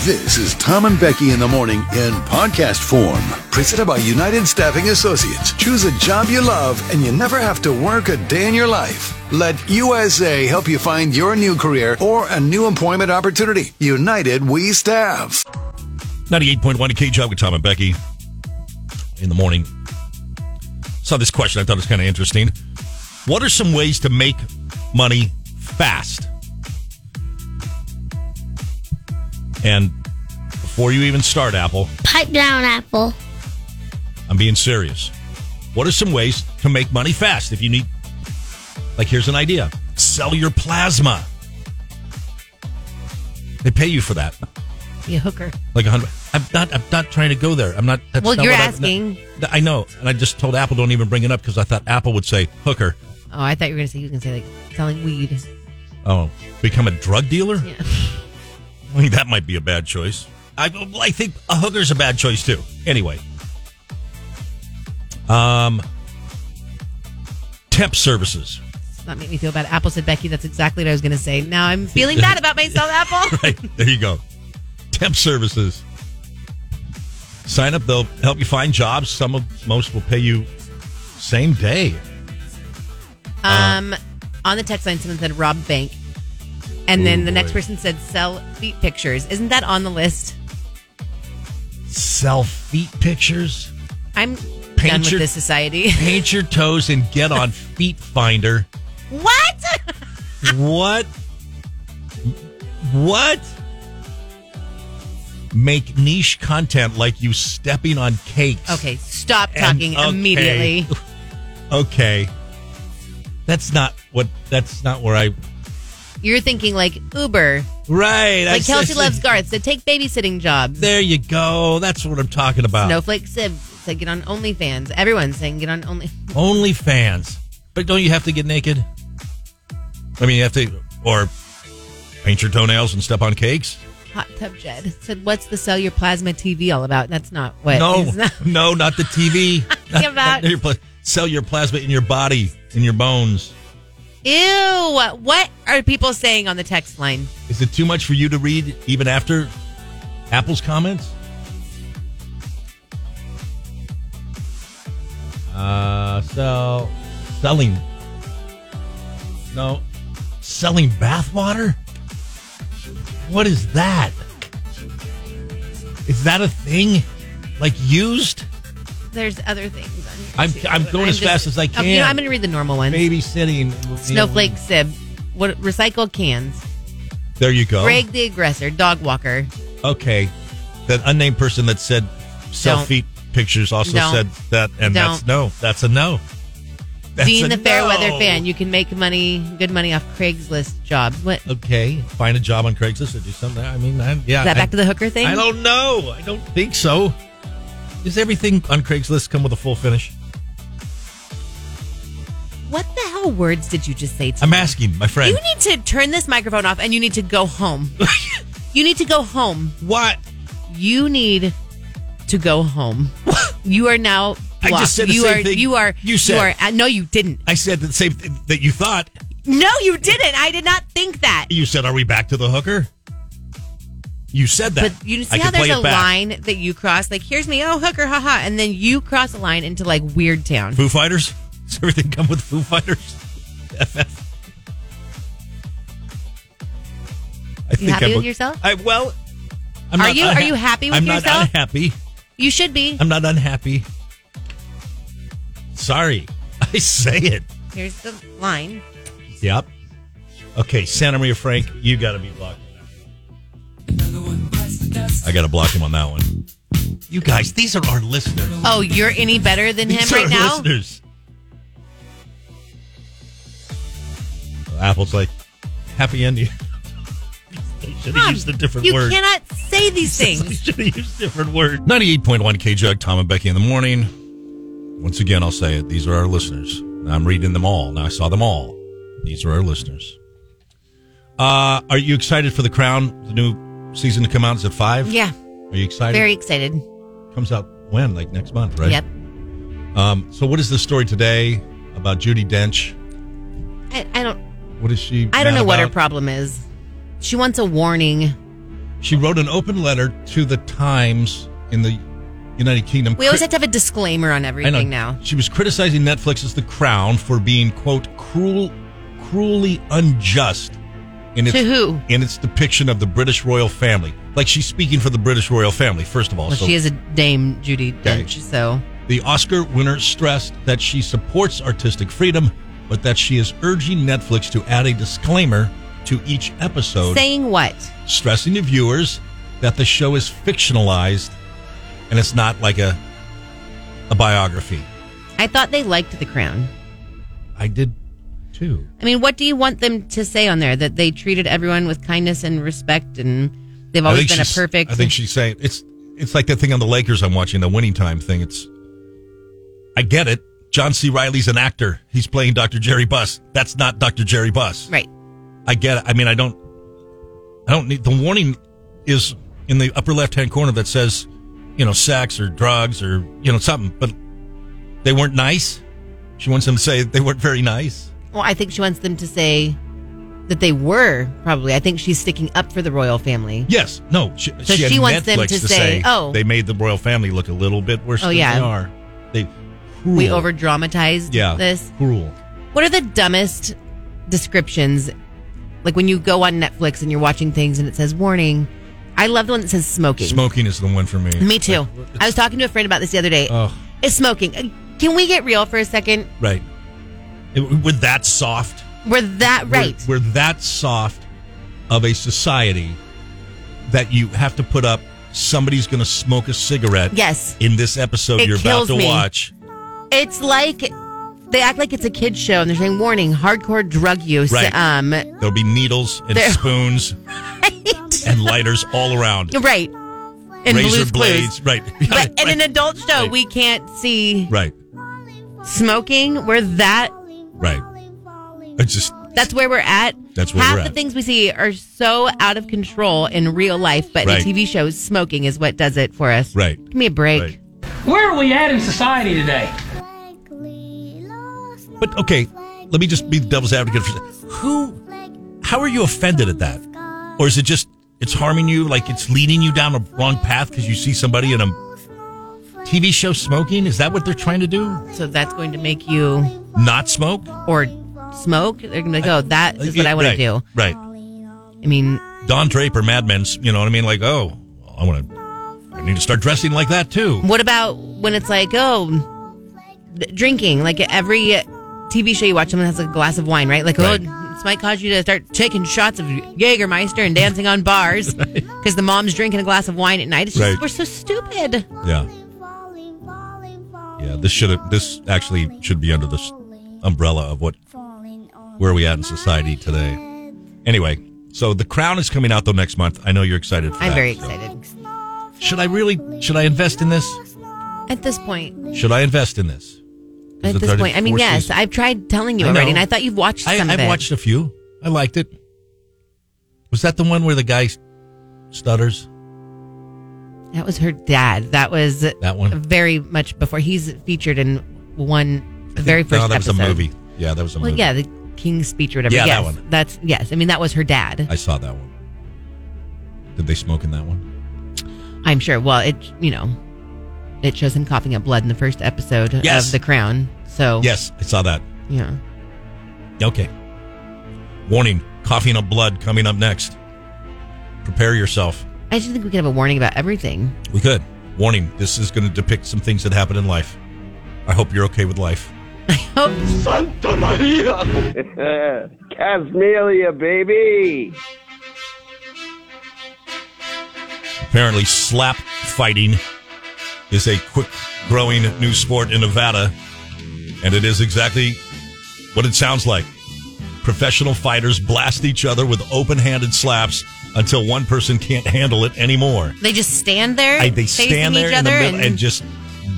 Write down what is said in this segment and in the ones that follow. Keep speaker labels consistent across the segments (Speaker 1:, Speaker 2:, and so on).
Speaker 1: This is Tom and Becky in the morning in podcast form. Presented by United Staffing Associates. Choose a job you love and you never have to work a day in your life. Let USA help you find your new career or a new employment opportunity. United We Staff.
Speaker 2: 98.1 K Job with Tom and Becky in the morning. Saw this question I thought was kind of interesting. What are some ways to make money fast? And before you even start, Apple,
Speaker 3: Pipe down, Apple.
Speaker 2: I'm being serious. What are some ways to make money fast? If you need, like, here's an idea sell your plasma. They pay you for that.
Speaker 4: You hooker.
Speaker 2: like a hundred. I'm not. I'm not trying to go there. I'm not. That's
Speaker 4: Well,
Speaker 2: not
Speaker 4: you're
Speaker 2: what I-
Speaker 4: asking.
Speaker 2: no, I know, and I just told Apple don't even bring it up because I thought Apple would say hooker.
Speaker 4: Oh, I thought you were going to say you can say like selling weed.
Speaker 2: Oh, become a drug dealer?
Speaker 4: Yeah.
Speaker 2: I think that might be a bad choice. I, I think a hooker's a bad choice too. Anyway, um, temp services.
Speaker 4: Does Not make me feel bad. Apple said Becky. That's exactly what I was going to say. Now I'm feeling bad about myself, Apple.
Speaker 2: Right there, you go. Temp services. Sign up; they'll help you find jobs. Some of most will pay you same day. Uh-huh.
Speaker 4: Um, on the text line, someone said rob bank, and then the next person said sell feet pictures. Isn't that on the list?
Speaker 2: Sell feet pictures.
Speaker 4: I'm
Speaker 2: Paint
Speaker 4: done with
Speaker 2: your-
Speaker 4: this society.
Speaker 2: paint your toes and get on Feet Finder.
Speaker 4: what?
Speaker 2: What? What? Make niche content like you stepping on cakes.
Speaker 4: Okay, stop
Speaker 2: And-
Speaker 4: talking
Speaker 2: okay.
Speaker 4: immediately.
Speaker 2: Okay. That's not what. That's not where I.
Speaker 4: You're thinking like Uber,
Speaker 2: Right. I
Speaker 4: like Kelsey
Speaker 2: said-
Speaker 4: loves Garth said, take babysitting jobs.
Speaker 2: There you go. That's what I'm talking about.
Speaker 4: Snowflake Sib said, get on OnlyFans. Everyone's saying get on Only.
Speaker 2: Only fans. But don't you have to get naked? I mean, you have to, or paint your toenails and step on cakes.
Speaker 4: Hot Tub Jed said, what's the cellular plasma TV all about? That's not what.
Speaker 2: No,
Speaker 4: Eh, it's not-
Speaker 2: no, not the TV. Not-
Speaker 4: about-
Speaker 2: not your pla- sell your plasma in your body, in your bones.
Speaker 4: Ew. What are people saying on the text line?
Speaker 2: Is it too much for you to read even after Apple's comments? Uh, so selling. No, selling bathwater. What is that? Is that a thing? Like used?
Speaker 4: There's other things. on here,
Speaker 2: I'm-
Speaker 4: too.
Speaker 2: I'm going as fast as I
Speaker 4: Oh, you know,
Speaker 2: can.
Speaker 4: I'm going to read the normal ones.
Speaker 2: babysitting.
Speaker 4: Snowflake Sib. What, recycle cans.
Speaker 2: There you go.
Speaker 4: Greg the aggressor. Dog walker.
Speaker 2: Okay. That unnamed person that said
Speaker 4: Don't.
Speaker 2: selfie pictures also
Speaker 4: Don't.
Speaker 2: said that, and that's
Speaker 4: Don't.
Speaker 2: no. That's a no. That's
Speaker 4: Dean
Speaker 2: a
Speaker 4: the Fairweather
Speaker 2: no.
Speaker 4: fan. You can make money, good money off Craigslist jobs. What? Is
Speaker 2: Okay. Find a job on Craigslist or do something. I mean, I, yeah.
Speaker 4: that
Speaker 2: I,
Speaker 4: back to the hooker thing?
Speaker 2: I don't know. I don't think so. Does everything on Craigslist come with a full finish?
Speaker 4: What the hell words did you just say to
Speaker 2: I'm
Speaker 4: me?
Speaker 2: asking my friend.
Speaker 4: You need to turn this microphone off and you need to go home. you need to go home.
Speaker 2: what?
Speaker 4: You need to go home. you are now blocked.
Speaker 2: I just said the
Speaker 4: you
Speaker 2: same
Speaker 4: are
Speaker 2: thing
Speaker 4: you are
Speaker 2: you said.
Speaker 4: are uh, no you didn't.
Speaker 2: I said the same thing that you thought.
Speaker 4: No you didn't. I did not think that.
Speaker 2: You said, "Are we back to the hooker?" You said that.
Speaker 4: But
Speaker 2: I
Speaker 4: you see
Speaker 2: can
Speaker 4: how
Speaker 2: play
Speaker 4: there's a
Speaker 2: it back.
Speaker 4: line that you cross like here's me oh hooker haha and then you cross a line into like weird town.
Speaker 2: Foo Fighters? Does everything come with Foo Fighters? FF. I think
Speaker 4: happy
Speaker 2: I'm
Speaker 4: with
Speaker 2: a-
Speaker 4: yourself?
Speaker 2: I well, I'm
Speaker 4: Are
Speaker 2: not
Speaker 4: you-
Speaker 2: unha-
Speaker 4: are you happy with
Speaker 2: I'm
Speaker 4: yourself?
Speaker 2: not unhappy.
Speaker 4: You should be.
Speaker 2: I'm not unhappy. Sorry, I say it.
Speaker 4: Here's the line.
Speaker 2: Yep. Okay, Santa Maria Frank, you got to be blocked. I got to block him on that one. You guys, these are our listeners.
Speaker 4: Oh, you're any better than him
Speaker 2: These are
Speaker 4: right now?
Speaker 2: Listeners. Apple's like happy ending. should have
Speaker 4: Mom,
Speaker 2: used a different
Speaker 4: You
Speaker 2: word.
Speaker 4: cannot say these things.
Speaker 2: should have used a different word. Ninety-eight point one K Jug. Tom and Becky in the morning. Once again, I'll say it. These are our listeners. I'm reading them all. Now I saw them all. These are our listeners. Uh, are you excited for the Crown? The new season to come out is at five.
Speaker 4: Yeah,
Speaker 2: Are you excited?
Speaker 4: very excited.
Speaker 2: Comes out when? Like next month, right?
Speaker 4: Yep.
Speaker 2: Um, so, what is the story today about Judy Dench?
Speaker 4: I, I don't.
Speaker 2: What is she?
Speaker 4: I don't
Speaker 2: mad
Speaker 4: know what her
Speaker 2: about?
Speaker 4: problem is. She wants a warning
Speaker 2: She wrote an open letter to the Times in the United Kingdom.
Speaker 4: We always
Speaker 2: cri-
Speaker 4: have to have a disclaimer on
Speaker 2: I know.
Speaker 4: everything now.
Speaker 2: She was criticizing Netflix's The Crown for being quote cruel, cruelly unjust in its
Speaker 4: To who?
Speaker 2: in its depiction of the British royal family. Like she's speaking for the British royal family. First of all,
Speaker 4: Well,
Speaker 2: so
Speaker 4: she is a Dame Judy Dench, so
Speaker 2: the Oscar winner stressed that she supports artistic freedom, but that she is urging Netflix to add a disclaimer to each episode,
Speaker 4: saying what?
Speaker 2: stressing to viewers that the show is fictionalized and it's not like a a biography.
Speaker 4: I thought they liked The Crown.
Speaker 2: I did too.
Speaker 4: I mean, what do you want them to say on there? That they treated everyone with kindness and respect, and they've
Speaker 2: I
Speaker 4: always
Speaker 2: think
Speaker 4: been a
Speaker 2: she's-
Speaker 4: perfect.
Speaker 2: I think she's saying it's it's like that thing on the Lakers I'm watching, the winning time thing. It's I get it. John C. Riley's an actor. He's playing Dr. Jerry Buss. That's not Dr. Jerry Buss.
Speaker 4: right.
Speaker 2: I get it. I mean, I don't I don't need the warning is in the upper left hand corner that says, you know, sex or drugs or you know something. But they weren't nice. She wants them to say they weren't very nice.
Speaker 4: Well, I think she wants them to say that they were probably. I think she's sticking up for the royal family.
Speaker 2: Yes. No. She,
Speaker 4: So
Speaker 2: had
Speaker 4: she wants them
Speaker 2: Netflix
Speaker 4: to say, "Oh."
Speaker 2: they made the royal family look a little bit worse
Speaker 4: Oh,
Speaker 2: than
Speaker 4: yeah.
Speaker 2: they are. They cruel.
Speaker 4: We over dramatized
Speaker 2: yeah
Speaker 4: this.
Speaker 2: cruel.
Speaker 4: What are the dumbest descriptions? Like when you go on Netflix and you're watching things and it says warning. I love the one that says smoking.
Speaker 2: Smoking is the one for me.
Speaker 4: Me too. I was talking to a friend about this the other day.
Speaker 2: Oh,
Speaker 4: It's smoking. Uh, Can we get real for a second?
Speaker 2: right. It- we're that soft.
Speaker 4: We're that
Speaker 2: We're-
Speaker 4: right.
Speaker 2: We're, that soft of a society that you have to put up. Somebody's going to smoke a cigarette.
Speaker 4: yes.
Speaker 2: In this episode
Speaker 4: It
Speaker 2: you're about
Speaker 4: kills
Speaker 2: to
Speaker 4: me.
Speaker 2: watch,
Speaker 4: It's like they act like it's a kid's show and they're saying warning, hardcore drug use.
Speaker 2: Right.
Speaker 4: Um
Speaker 2: there'll be needles and
Speaker 4: There-
Speaker 2: spoons and lighters all around.
Speaker 4: right. And
Speaker 2: Razor
Speaker 4: Blue's Clues.
Speaker 2: blades, right?
Speaker 4: But in an adult show,
Speaker 2: Right.
Speaker 4: we can't see
Speaker 2: right,
Speaker 4: smoking. We're that
Speaker 2: right. It's just
Speaker 4: that's where we're at.
Speaker 2: That's where
Speaker 4: Half
Speaker 2: we're
Speaker 4: the
Speaker 2: at.
Speaker 4: things we see are so out of control in real life, but
Speaker 2: Right.
Speaker 4: in TV shows, smoking is what does it for us.
Speaker 2: Right.
Speaker 4: Give me a break.
Speaker 2: Right.
Speaker 3: Where are we at in society today?
Speaker 2: But okay, let me just be the devil's advocate for who. How are you offended at that, or is it just it's harming you? Like it's leading you down a wrong path because you see somebody in a TV show smoking? Is that what they're trying to do?
Speaker 4: So that's going to make you
Speaker 2: Not smoke?
Speaker 4: or smoke. They're going to go. oh, That is what I want to
Speaker 2: Right,
Speaker 4: do.
Speaker 2: Right.
Speaker 4: I mean,
Speaker 2: Don Draper, Mad Men's. You know what I mean? Like, oh, I want to. I need to start dressing like that too.
Speaker 4: what about when it's like, oh, th- drinking? Like every TV show you watch, someone has a glass of wine, right? Like,
Speaker 2: Right.
Speaker 4: oh, this might cause you to start taking shots of Jägermeister and dancing on bars because the mom's drinking a glass of wine at night. It's just,
Speaker 2: Right.
Speaker 4: we're so stupid.
Speaker 2: Yeah. Yeah. This should have. This actually should be under this umbrella of what where are we at in society today? Anyway, so The Crown is coming out though next month. I know you're excited for that.
Speaker 4: I'm very
Speaker 2: so-
Speaker 4: excited.
Speaker 2: Should I really? Should I invest in this?
Speaker 4: At this point,
Speaker 2: Should I invest in this?
Speaker 4: at
Speaker 2: it
Speaker 4: this
Speaker 2: already
Speaker 4: point, I mean,
Speaker 2: four
Speaker 4: yes,
Speaker 2: seasons?
Speaker 4: I've tried telling you
Speaker 2: I know.
Speaker 4: already, and I thought you've watched
Speaker 2: I,
Speaker 4: some of
Speaker 2: I've
Speaker 4: it.
Speaker 2: watched a few. I liked it. Was that the one where the guy stutters?
Speaker 4: that was her dad. That was
Speaker 2: That one?
Speaker 4: very much before he's featured in one the very first
Speaker 2: No, that was
Speaker 4: episode.
Speaker 2: a movie. Yeah, that was a
Speaker 4: Well,
Speaker 2: movie.
Speaker 4: yeah, the King's speech or whatever.
Speaker 2: Yeah, that
Speaker 4: yes,
Speaker 2: one.
Speaker 4: That's yes. I mean, that was her dad.
Speaker 2: I saw that one. Did they smoke in that one? Uh,
Speaker 4: I'm sure. Well, it you know, it shows him coughing up blood in the first episode
Speaker 2: Yes.
Speaker 4: of The Crown. So
Speaker 2: Yes, I saw that.
Speaker 4: yeah.
Speaker 2: Okay. Warning: coughing up blood coming up next. Prepare yourself.
Speaker 4: I just think we could have a warning about everything.
Speaker 2: We could. Warning, this is going to depict some things that happen in life. I hope you're okay with life.
Speaker 4: Oh,
Speaker 5: Santa Maria! Casmelia, baby!
Speaker 2: Apparently, slap fighting is a quick growing new sport in Nevada, and it is exactly what it sounds like. Professional fighters blast each other with open handed slaps until one person can't handle it anymore.
Speaker 4: they just stand there.
Speaker 2: I, they
Speaker 4: facing
Speaker 2: stand there
Speaker 4: each
Speaker 2: in the
Speaker 4: other
Speaker 2: middle and,
Speaker 4: and
Speaker 2: just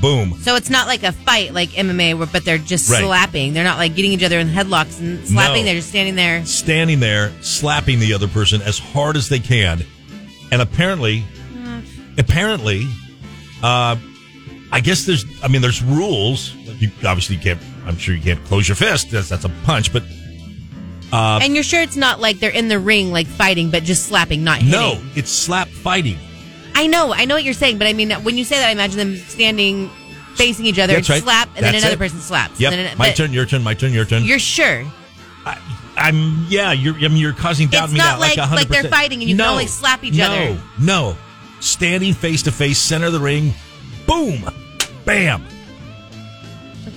Speaker 2: boom.
Speaker 4: So it's not like a fight like MMA, where, but they're just
Speaker 2: Right.
Speaker 4: slapping. They're not like getting each other in headlocks and
Speaker 2: No.
Speaker 4: slapping. They're just standing there.
Speaker 2: Standing there, slapping the other person as hard as they can. And apparently, apparently, uh, I guess there's, I mean, there's rules. You obviously can't, I'm sure you can't close your fist. That's, that's a punch, but
Speaker 4: and you're sure it's not like they're in the ring, like fighting, but just slapping, not hitting.
Speaker 2: No, it's slap fighting.
Speaker 4: I know, I know what you're saying, but I mean, when you say that, I imagine them standing facing each other,
Speaker 2: That's right.
Speaker 4: slap, and then
Speaker 2: That's
Speaker 4: another
Speaker 2: it.
Speaker 4: person slaps.
Speaker 2: Yep.
Speaker 4: And then,
Speaker 2: my
Speaker 4: but
Speaker 2: turn. Your turn. My turn. Your turn.
Speaker 4: You're sure
Speaker 2: I'm. Yeah. You're. I mean, you're causing doubt
Speaker 4: It's
Speaker 2: in me
Speaker 4: not
Speaker 2: now. Like
Speaker 4: like-
Speaker 2: hundred
Speaker 4: like they're fighting and you can
Speaker 2: no,
Speaker 4: only slap each
Speaker 2: no,
Speaker 4: other.
Speaker 2: No. Standing face to face, center of the ring, boom, bam.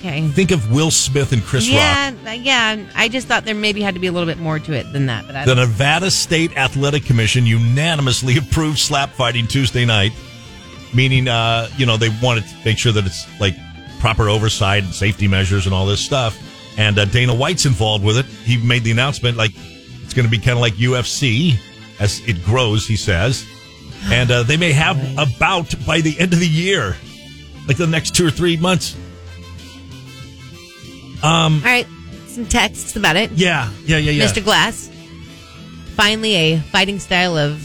Speaker 4: Okay.
Speaker 2: Think of Will Smith and Chris Rock.
Speaker 4: Yeah, uh, yeah. I just thought there maybe had to be a little bit more to it than that. But I
Speaker 2: The
Speaker 4: don't,
Speaker 2: Nevada State Athletic Commission unanimously approved slap fighting Tuesday night, meaning uh, you know they wanted to make sure that it's like proper oversight and safety measures and all this stuff. And uh, Dana White's involved with it. He made the announcement like it's going to be kind of like UFC as it grows. He says, and uh, they may have a bout by the end of the year, like the next two or three months.
Speaker 4: all right, some texts about it.
Speaker 2: Yeah, yeah, yeah, yeah.
Speaker 4: Mr. Glass. Finally, a fighting style of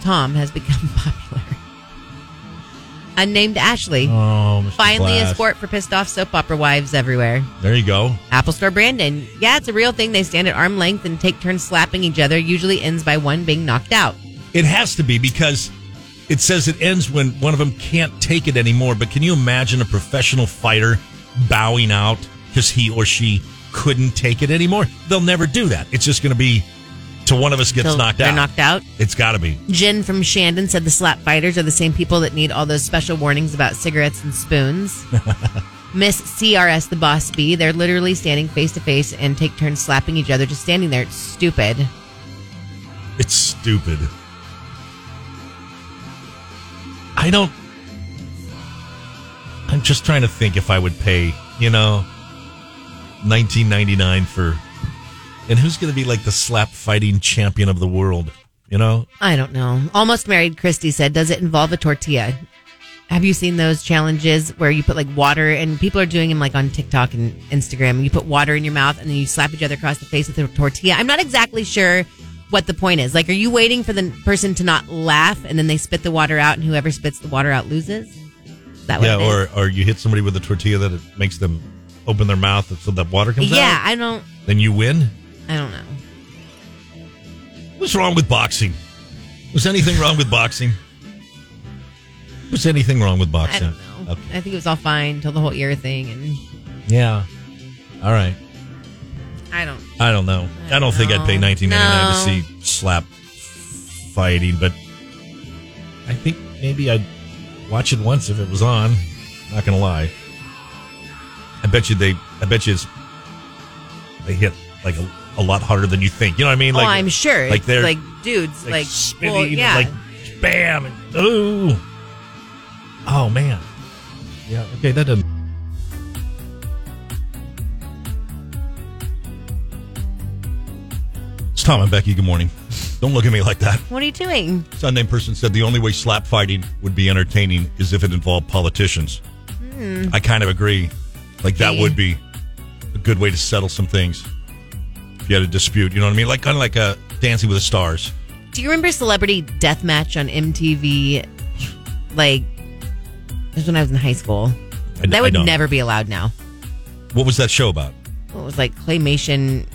Speaker 4: Tom has become popular. Unnamed Ashley.
Speaker 2: Oh, Mr.
Speaker 4: Finally,
Speaker 2: Glass.
Speaker 4: a sport for pissed off soap opera wives everywhere.
Speaker 2: There you go.
Speaker 4: Apple Store Brandon. Yeah, it's a real thing. They stand at arm length and take turns slapping each other. Usually ends by one being knocked out.
Speaker 2: It has to be because it says it ends when one of them can't take it anymore. But can you imagine a professional fighter bowing out because he or she couldn't take it anymore? They'll never do that. It's just going to be till one of us gets
Speaker 4: Till
Speaker 2: knocked
Speaker 4: they're
Speaker 2: out.
Speaker 4: knocked out.
Speaker 2: It's got to be.
Speaker 4: Jen from Shandon said the slap fighters are the same people that need all those special warnings about cigarettes and spoons. Miss CRS, the boss bee, they're literally standing face to face and take turns slapping each other, just standing there. It's stupid.
Speaker 2: It's stupid. I don't. I'm just trying to think if I would pay, you know, 19.99 for. And who's going to be like the slap fighting champion of the world? You know,
Speaker 4: I don't know. Almost married, Christy said, does it involve a tortilla? Have you seen those challenges where you put like water and people are doing them like on TikTok and Instagram? And you put water in your mouth and then you slap each other across the face with a tortilla. I'm not exactly sure what the point is. Like, are you waiting for the person to not laugh and then they spit the water out and whoever spits the water out loses? Is that what
Speaker 2: yeah,
Speaker 4: it is?
Speaker 2: or or you hit somebody with a tortilla that it makes them open their mouth so that water comes
Speaker 4: yeah,
Speaker 2: out.
Speaker 4: I don't,
Speaker 2: Then you win.
Speaker 4: I don't know.
Speaker 2: What's wrong with boxing? Was anything wrong with boxing? Was anything wrong with
Speaker 4: I
Speaker 2: boxing?
Speaker 4: don't know.
Speaker 2: Okay.
Speaker 4: I think it was all fine until the whole ear thing, and
Speaker 2: Yeah. All right.
Speaker 4: I don't.
Speaker 2: I don't know. I don't think I'd pay
Speaker 4: No.
Speaker 2: nineteen ninety nine
Speaker 4: No.
Speaker 2: to see slap fighting, but I think maybe I'd watch it once if it was on. Not gonna lie. I bet you they. I bet you it's, they hit like a, a lot harder than you think. You know what I mean?
Speaker 4: oh, I'm sure.
Speaker 2: Like they're
Speaker 4: like dudes,
Speaker 2: like,
Speaker 4: like,
Speaker 2: spinning,
Speaker 4: well, yeah.
Speaker 2: like bam, and ooh. Oh man. Yeah. Okay, that doesn't. It's Tom and Becky. Good morning. Don't look at me like that.
Speaker 4: what are you doing?
Speaker 2: This unnamed person said the only way slap fighting would be entertaining is if it involved politicians.
Speaker 4: Hmm.
Speaker 2: I kind of agree. Like that
Speaker 4: Okay.
Speaker 2: would be a good way to settle some things. If you had a dispute, you know what I mean? Like kind of like a Dancing with the Stars.
Speaker 4: Do you remember Celebrity Deathmatch on MTV? Like, this was when I was in high school.
Speaker 2: I- I
Speaker 4: that would
Speaker 2: don't.
Speaker 4: never be allowed now.
Speaker 2: What was that show about?
Speaker 4: It was like claymation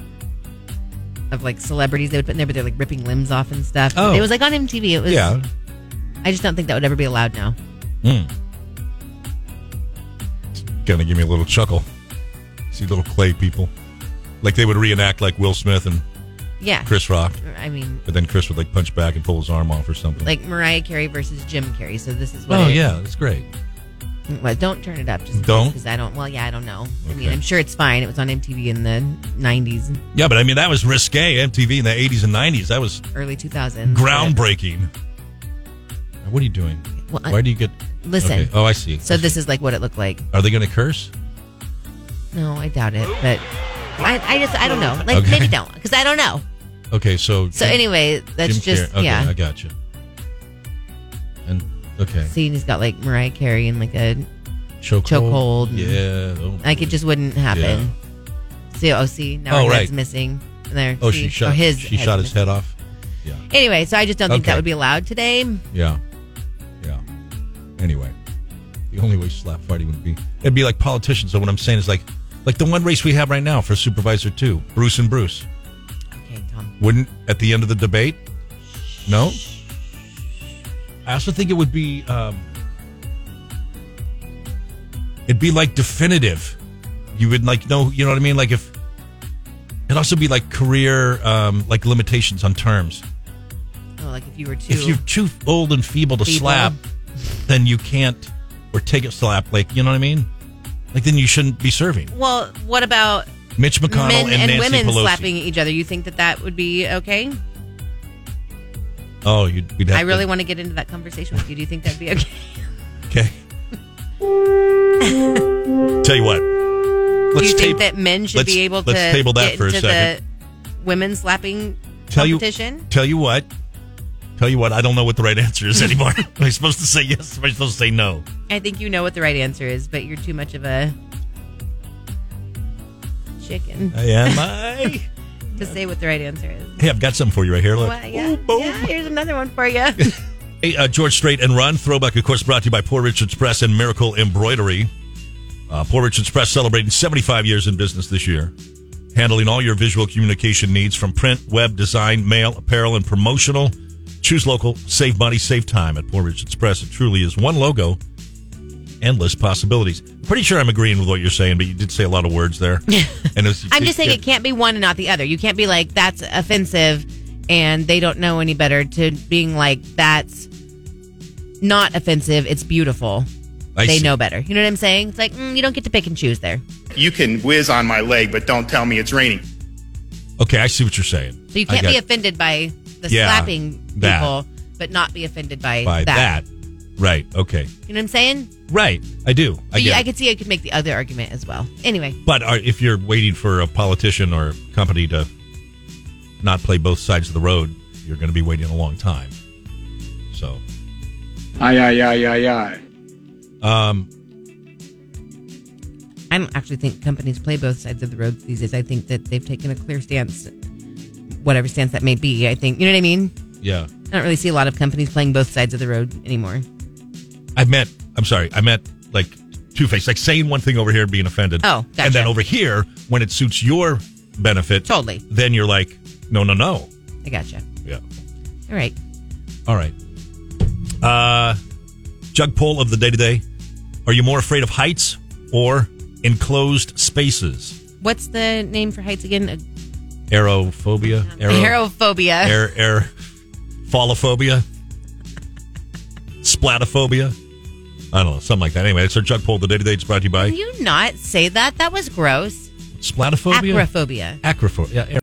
Speaker 4: of like celebrities they would put in there, but they're like ripping limbs off and stuff.
Speaker 2: Oh.
Speaker 4: It was like on MTV. It was. I just don't think that would ever be allowed now.
Speaker 2: Gonna give me a little chuckle. See little clay people. Like they would reenact like Will Smith and
Speaker 4: Yeah.
Speaker 2: Chris Rock,
Speaker 4: I mean,
Speaker 2: but then Chris would like punch back and pull his arm off or something.
Speaker 4: like Mariah Carey versus Jim Carrey. So this is what.
Speaker 2: oh
Speaker 4: it- Mm,
Speaker 2: yeah, that's great.
Speaker 4: Well, don't turn it up. Just
Speaker 2: Don't?
Speaker 4: Because I don't. Well, yeah, I don't know. I mean,
Speaker 2: Okay.
Speaker 4: I'm sure it's fine. It was on MTV in the 90s,
Speaker 2: Yeah, but I mean that was risque MTV in the eighties and nineties. That was
Speaker 4: early 2000s.
Speaker 2: groundbreaking. What are you doing?
Speaker 4: Well, I-
Speaker 2: Why do you get
Speaker 4: Listen.
Speaker 2: Okay. Oh, I see.
Speaker 4: So this is like what it looked like.
Speaker 2: Are they going to curse?
Speaker 4: No, I doubt it, but I, I just I don't know. Like
Speaker 2: Okay.
Speaker 4: maybe don't because I don't know.
Speaker 2: Okay, so
Speaker 4: So anyway, that's
Speaker 2: Jim
Speaker 4: just
Speaker 2: Carrey. Okay,
Speaker 4: yeah.
Speaker 2: I got you. And okay,
Speaker 4: Seeing he's got like Mariah Carey and like a
Speaker 2: chokehold.
Speaker 4: chokehold and-
Speaker 2: Yeah. Oh,
Speaker 4: like it just wouldn't happen. See, oh see now
Speaker 2: Oh,
Speaker 4: her
Speaker 2: right.
Speaker 4: head's missing. And there,
Speaker 2: Oh,
Speaker 4: see?
Speaker 2: she shot.
Speaker 4: Oh, his.
Speaker 2: she
Speaker 4: head's
Speaker 2: shot his
Speaker 4: missing.
Speaker 2: head off. Yeah.
Speaker 4: Anyway, so I just don't think
Speaker 2: Okay.
Speaker 4: that would be allowed today.
Speaker 2: Yeah. Yeah. Anyway, the only way slap fighting would be it'd be like politicians. So what I'm saying is like like the one race we have right now for supervisor two, Bruce and Bruce.
Speaker 4: Tom.
Speaker 2: Wouldn't at the end of the debate? No. I also think it would be. Um, it'd be like definitive. You would like know. You know what I mean? Like if. It'd also be like career, um, like limitations on terms.
Speaker 4: Oh, like if you were too.
Speaker 2: If you're too old and feeble to
Speaker 4: Feeble.
Speaker 2: slap, then you can't or take a slap. Like you know what I mean? Like then you shouldn't be serving.
Speaker 4: well, what about
Speaker 2: Mitch McConnell
Speaker 4: men
Speaker 2: and,
Speaker 4: and,
Speaker 2: Nancy
Speaker 4: women
Speaker 2: Pelosi.
Speaker 4: slapping each other? You think that that would be okay?
Speaker 2: Oh, you'd, we'd have
Speaker 4: I really
Speaker 2: to,
Speaker 4: want to get into that conversation with you. Do you think that'd be okay?
Speaker 2: Okay. Tell you what.
Speaker 4: Do
Speaker 2: Let's
Speaker 4: you
Speaker 2: tape.
Speaker 4: think that men should
Speaker 2: let's-
Speaker 4: be able to
Speaker 2: let's table that
Speaker 4: get
Speaker 2: for a
Speaker 4: into
Speaker 2: second.
Speaker 4: the women slapping
Speaker 2: tell you.
Speaker 4: competition?
Speaker 2: Tell you what. Tell you what. I don't know what the right answer is anymore. am I supposed to say yes? Am I supposed to say no?
Speaker 4: I think you know what the right answer is, but you're too much of a chicken
Speaker 2: Am I?
Speaker 4: to say what the right answer is.
Speaker 2: hey, I've got something for you right here. Look.
Speaker 4: Well, yeah, yeah, here's another one for you.
Speaker 2: Hey, uh, George Strait and Run Throwback, of course, brought to you by Poor Richard's Press and Miracle Embroidery. Uh, Poor Richard's Press celebrating 75 years in business this year, handling all your visual communication needs from print, web, design, mail, apparel, and promotional. Choose local, save money, save time at Poor Richard's Press. It truly is one logo, endless possibilities. Pretty sure I'm agreeing with what you're saying, but you did say a lot of words there. and it's,
Speaker 4: I'm just saying it can't be one and not the other. You can't be like that's offensive and they don't know any better to being like that's not offensive, it's beautiful.
Speaker 2: I
Speaker 4: they
Speaker 2: see.
Speaker 4: know better. You know what I'm saying? It's like mm, you don't get to pick and choose there.
Speaker 6: You can whiz on my leg, but don't tell me it's raining.
Speaker 2: Okay, I see what you're saying.
Speaker 4: So you
Speaker 2: I
Speaker 4: can't
Speaker 2: got-
Speaker 4: be offended by the
Speaker 2: Yeah,
Speaker 4: slapping
Speaker 2: that.
Speaker 4: people, but not be offended by,
Speaker 2: by that. Right. Okay.
Speaker 4: You know what I'm saying?
Speaker 2: Right. I do. I
Speaker 4: But
Speaker 2: get
Speaker 4: yeah,
Speaker 2: it.
Speaker 4: I could see I could make the other argument as well. Anyway,
Speaker 2: But are, if you're waiting for a politician or company to not play both sides of the road, you're going to be waiting a long time. So,
Speaker 5: Aye, aye, aye, aye, aye.
Speaker 2: um,
Speaker 4: I don't actually think companies play both sides of the road these days. I think that they've taken a clear stance, whatever stance that may be. I think you know what I mean.
Speaker 2: yeah,
Speaker 4: I don't really see a lot of companies playing both sides of the road anymore.
Speaker 2: I meant. I'm sorry, I meant like two faced, like saying one thing over here and being offended.
Speaker 4: Oh, gotcha.
Speaker 2: and then over here when it suits your benefit,
Speaker 4: Totally.
Speaker 2: Then you're like, no, no, no.
Speaker 4: I gotcha.
Speaker 2: Yeah.
Speaker 4: All right.
Speaker 2: All right. Uh, jug poll of the day today: Are you more afraid of heights or enclosed spaces?
Speaker 4: What's the name for heights again?
Speaker 2: Aerophobia.
Speaker 4: Aerophobia.
Speaker 2: air air fallophobia splatophobia i don't know something like that anyway it's our jug poll the day to day it's brought to you by
Speaker 4: Can you not say that? That was gross.
Speaker 2: splatophobia
Speaker 4: Acrophobia.
Speaker 2: acrophobia yeah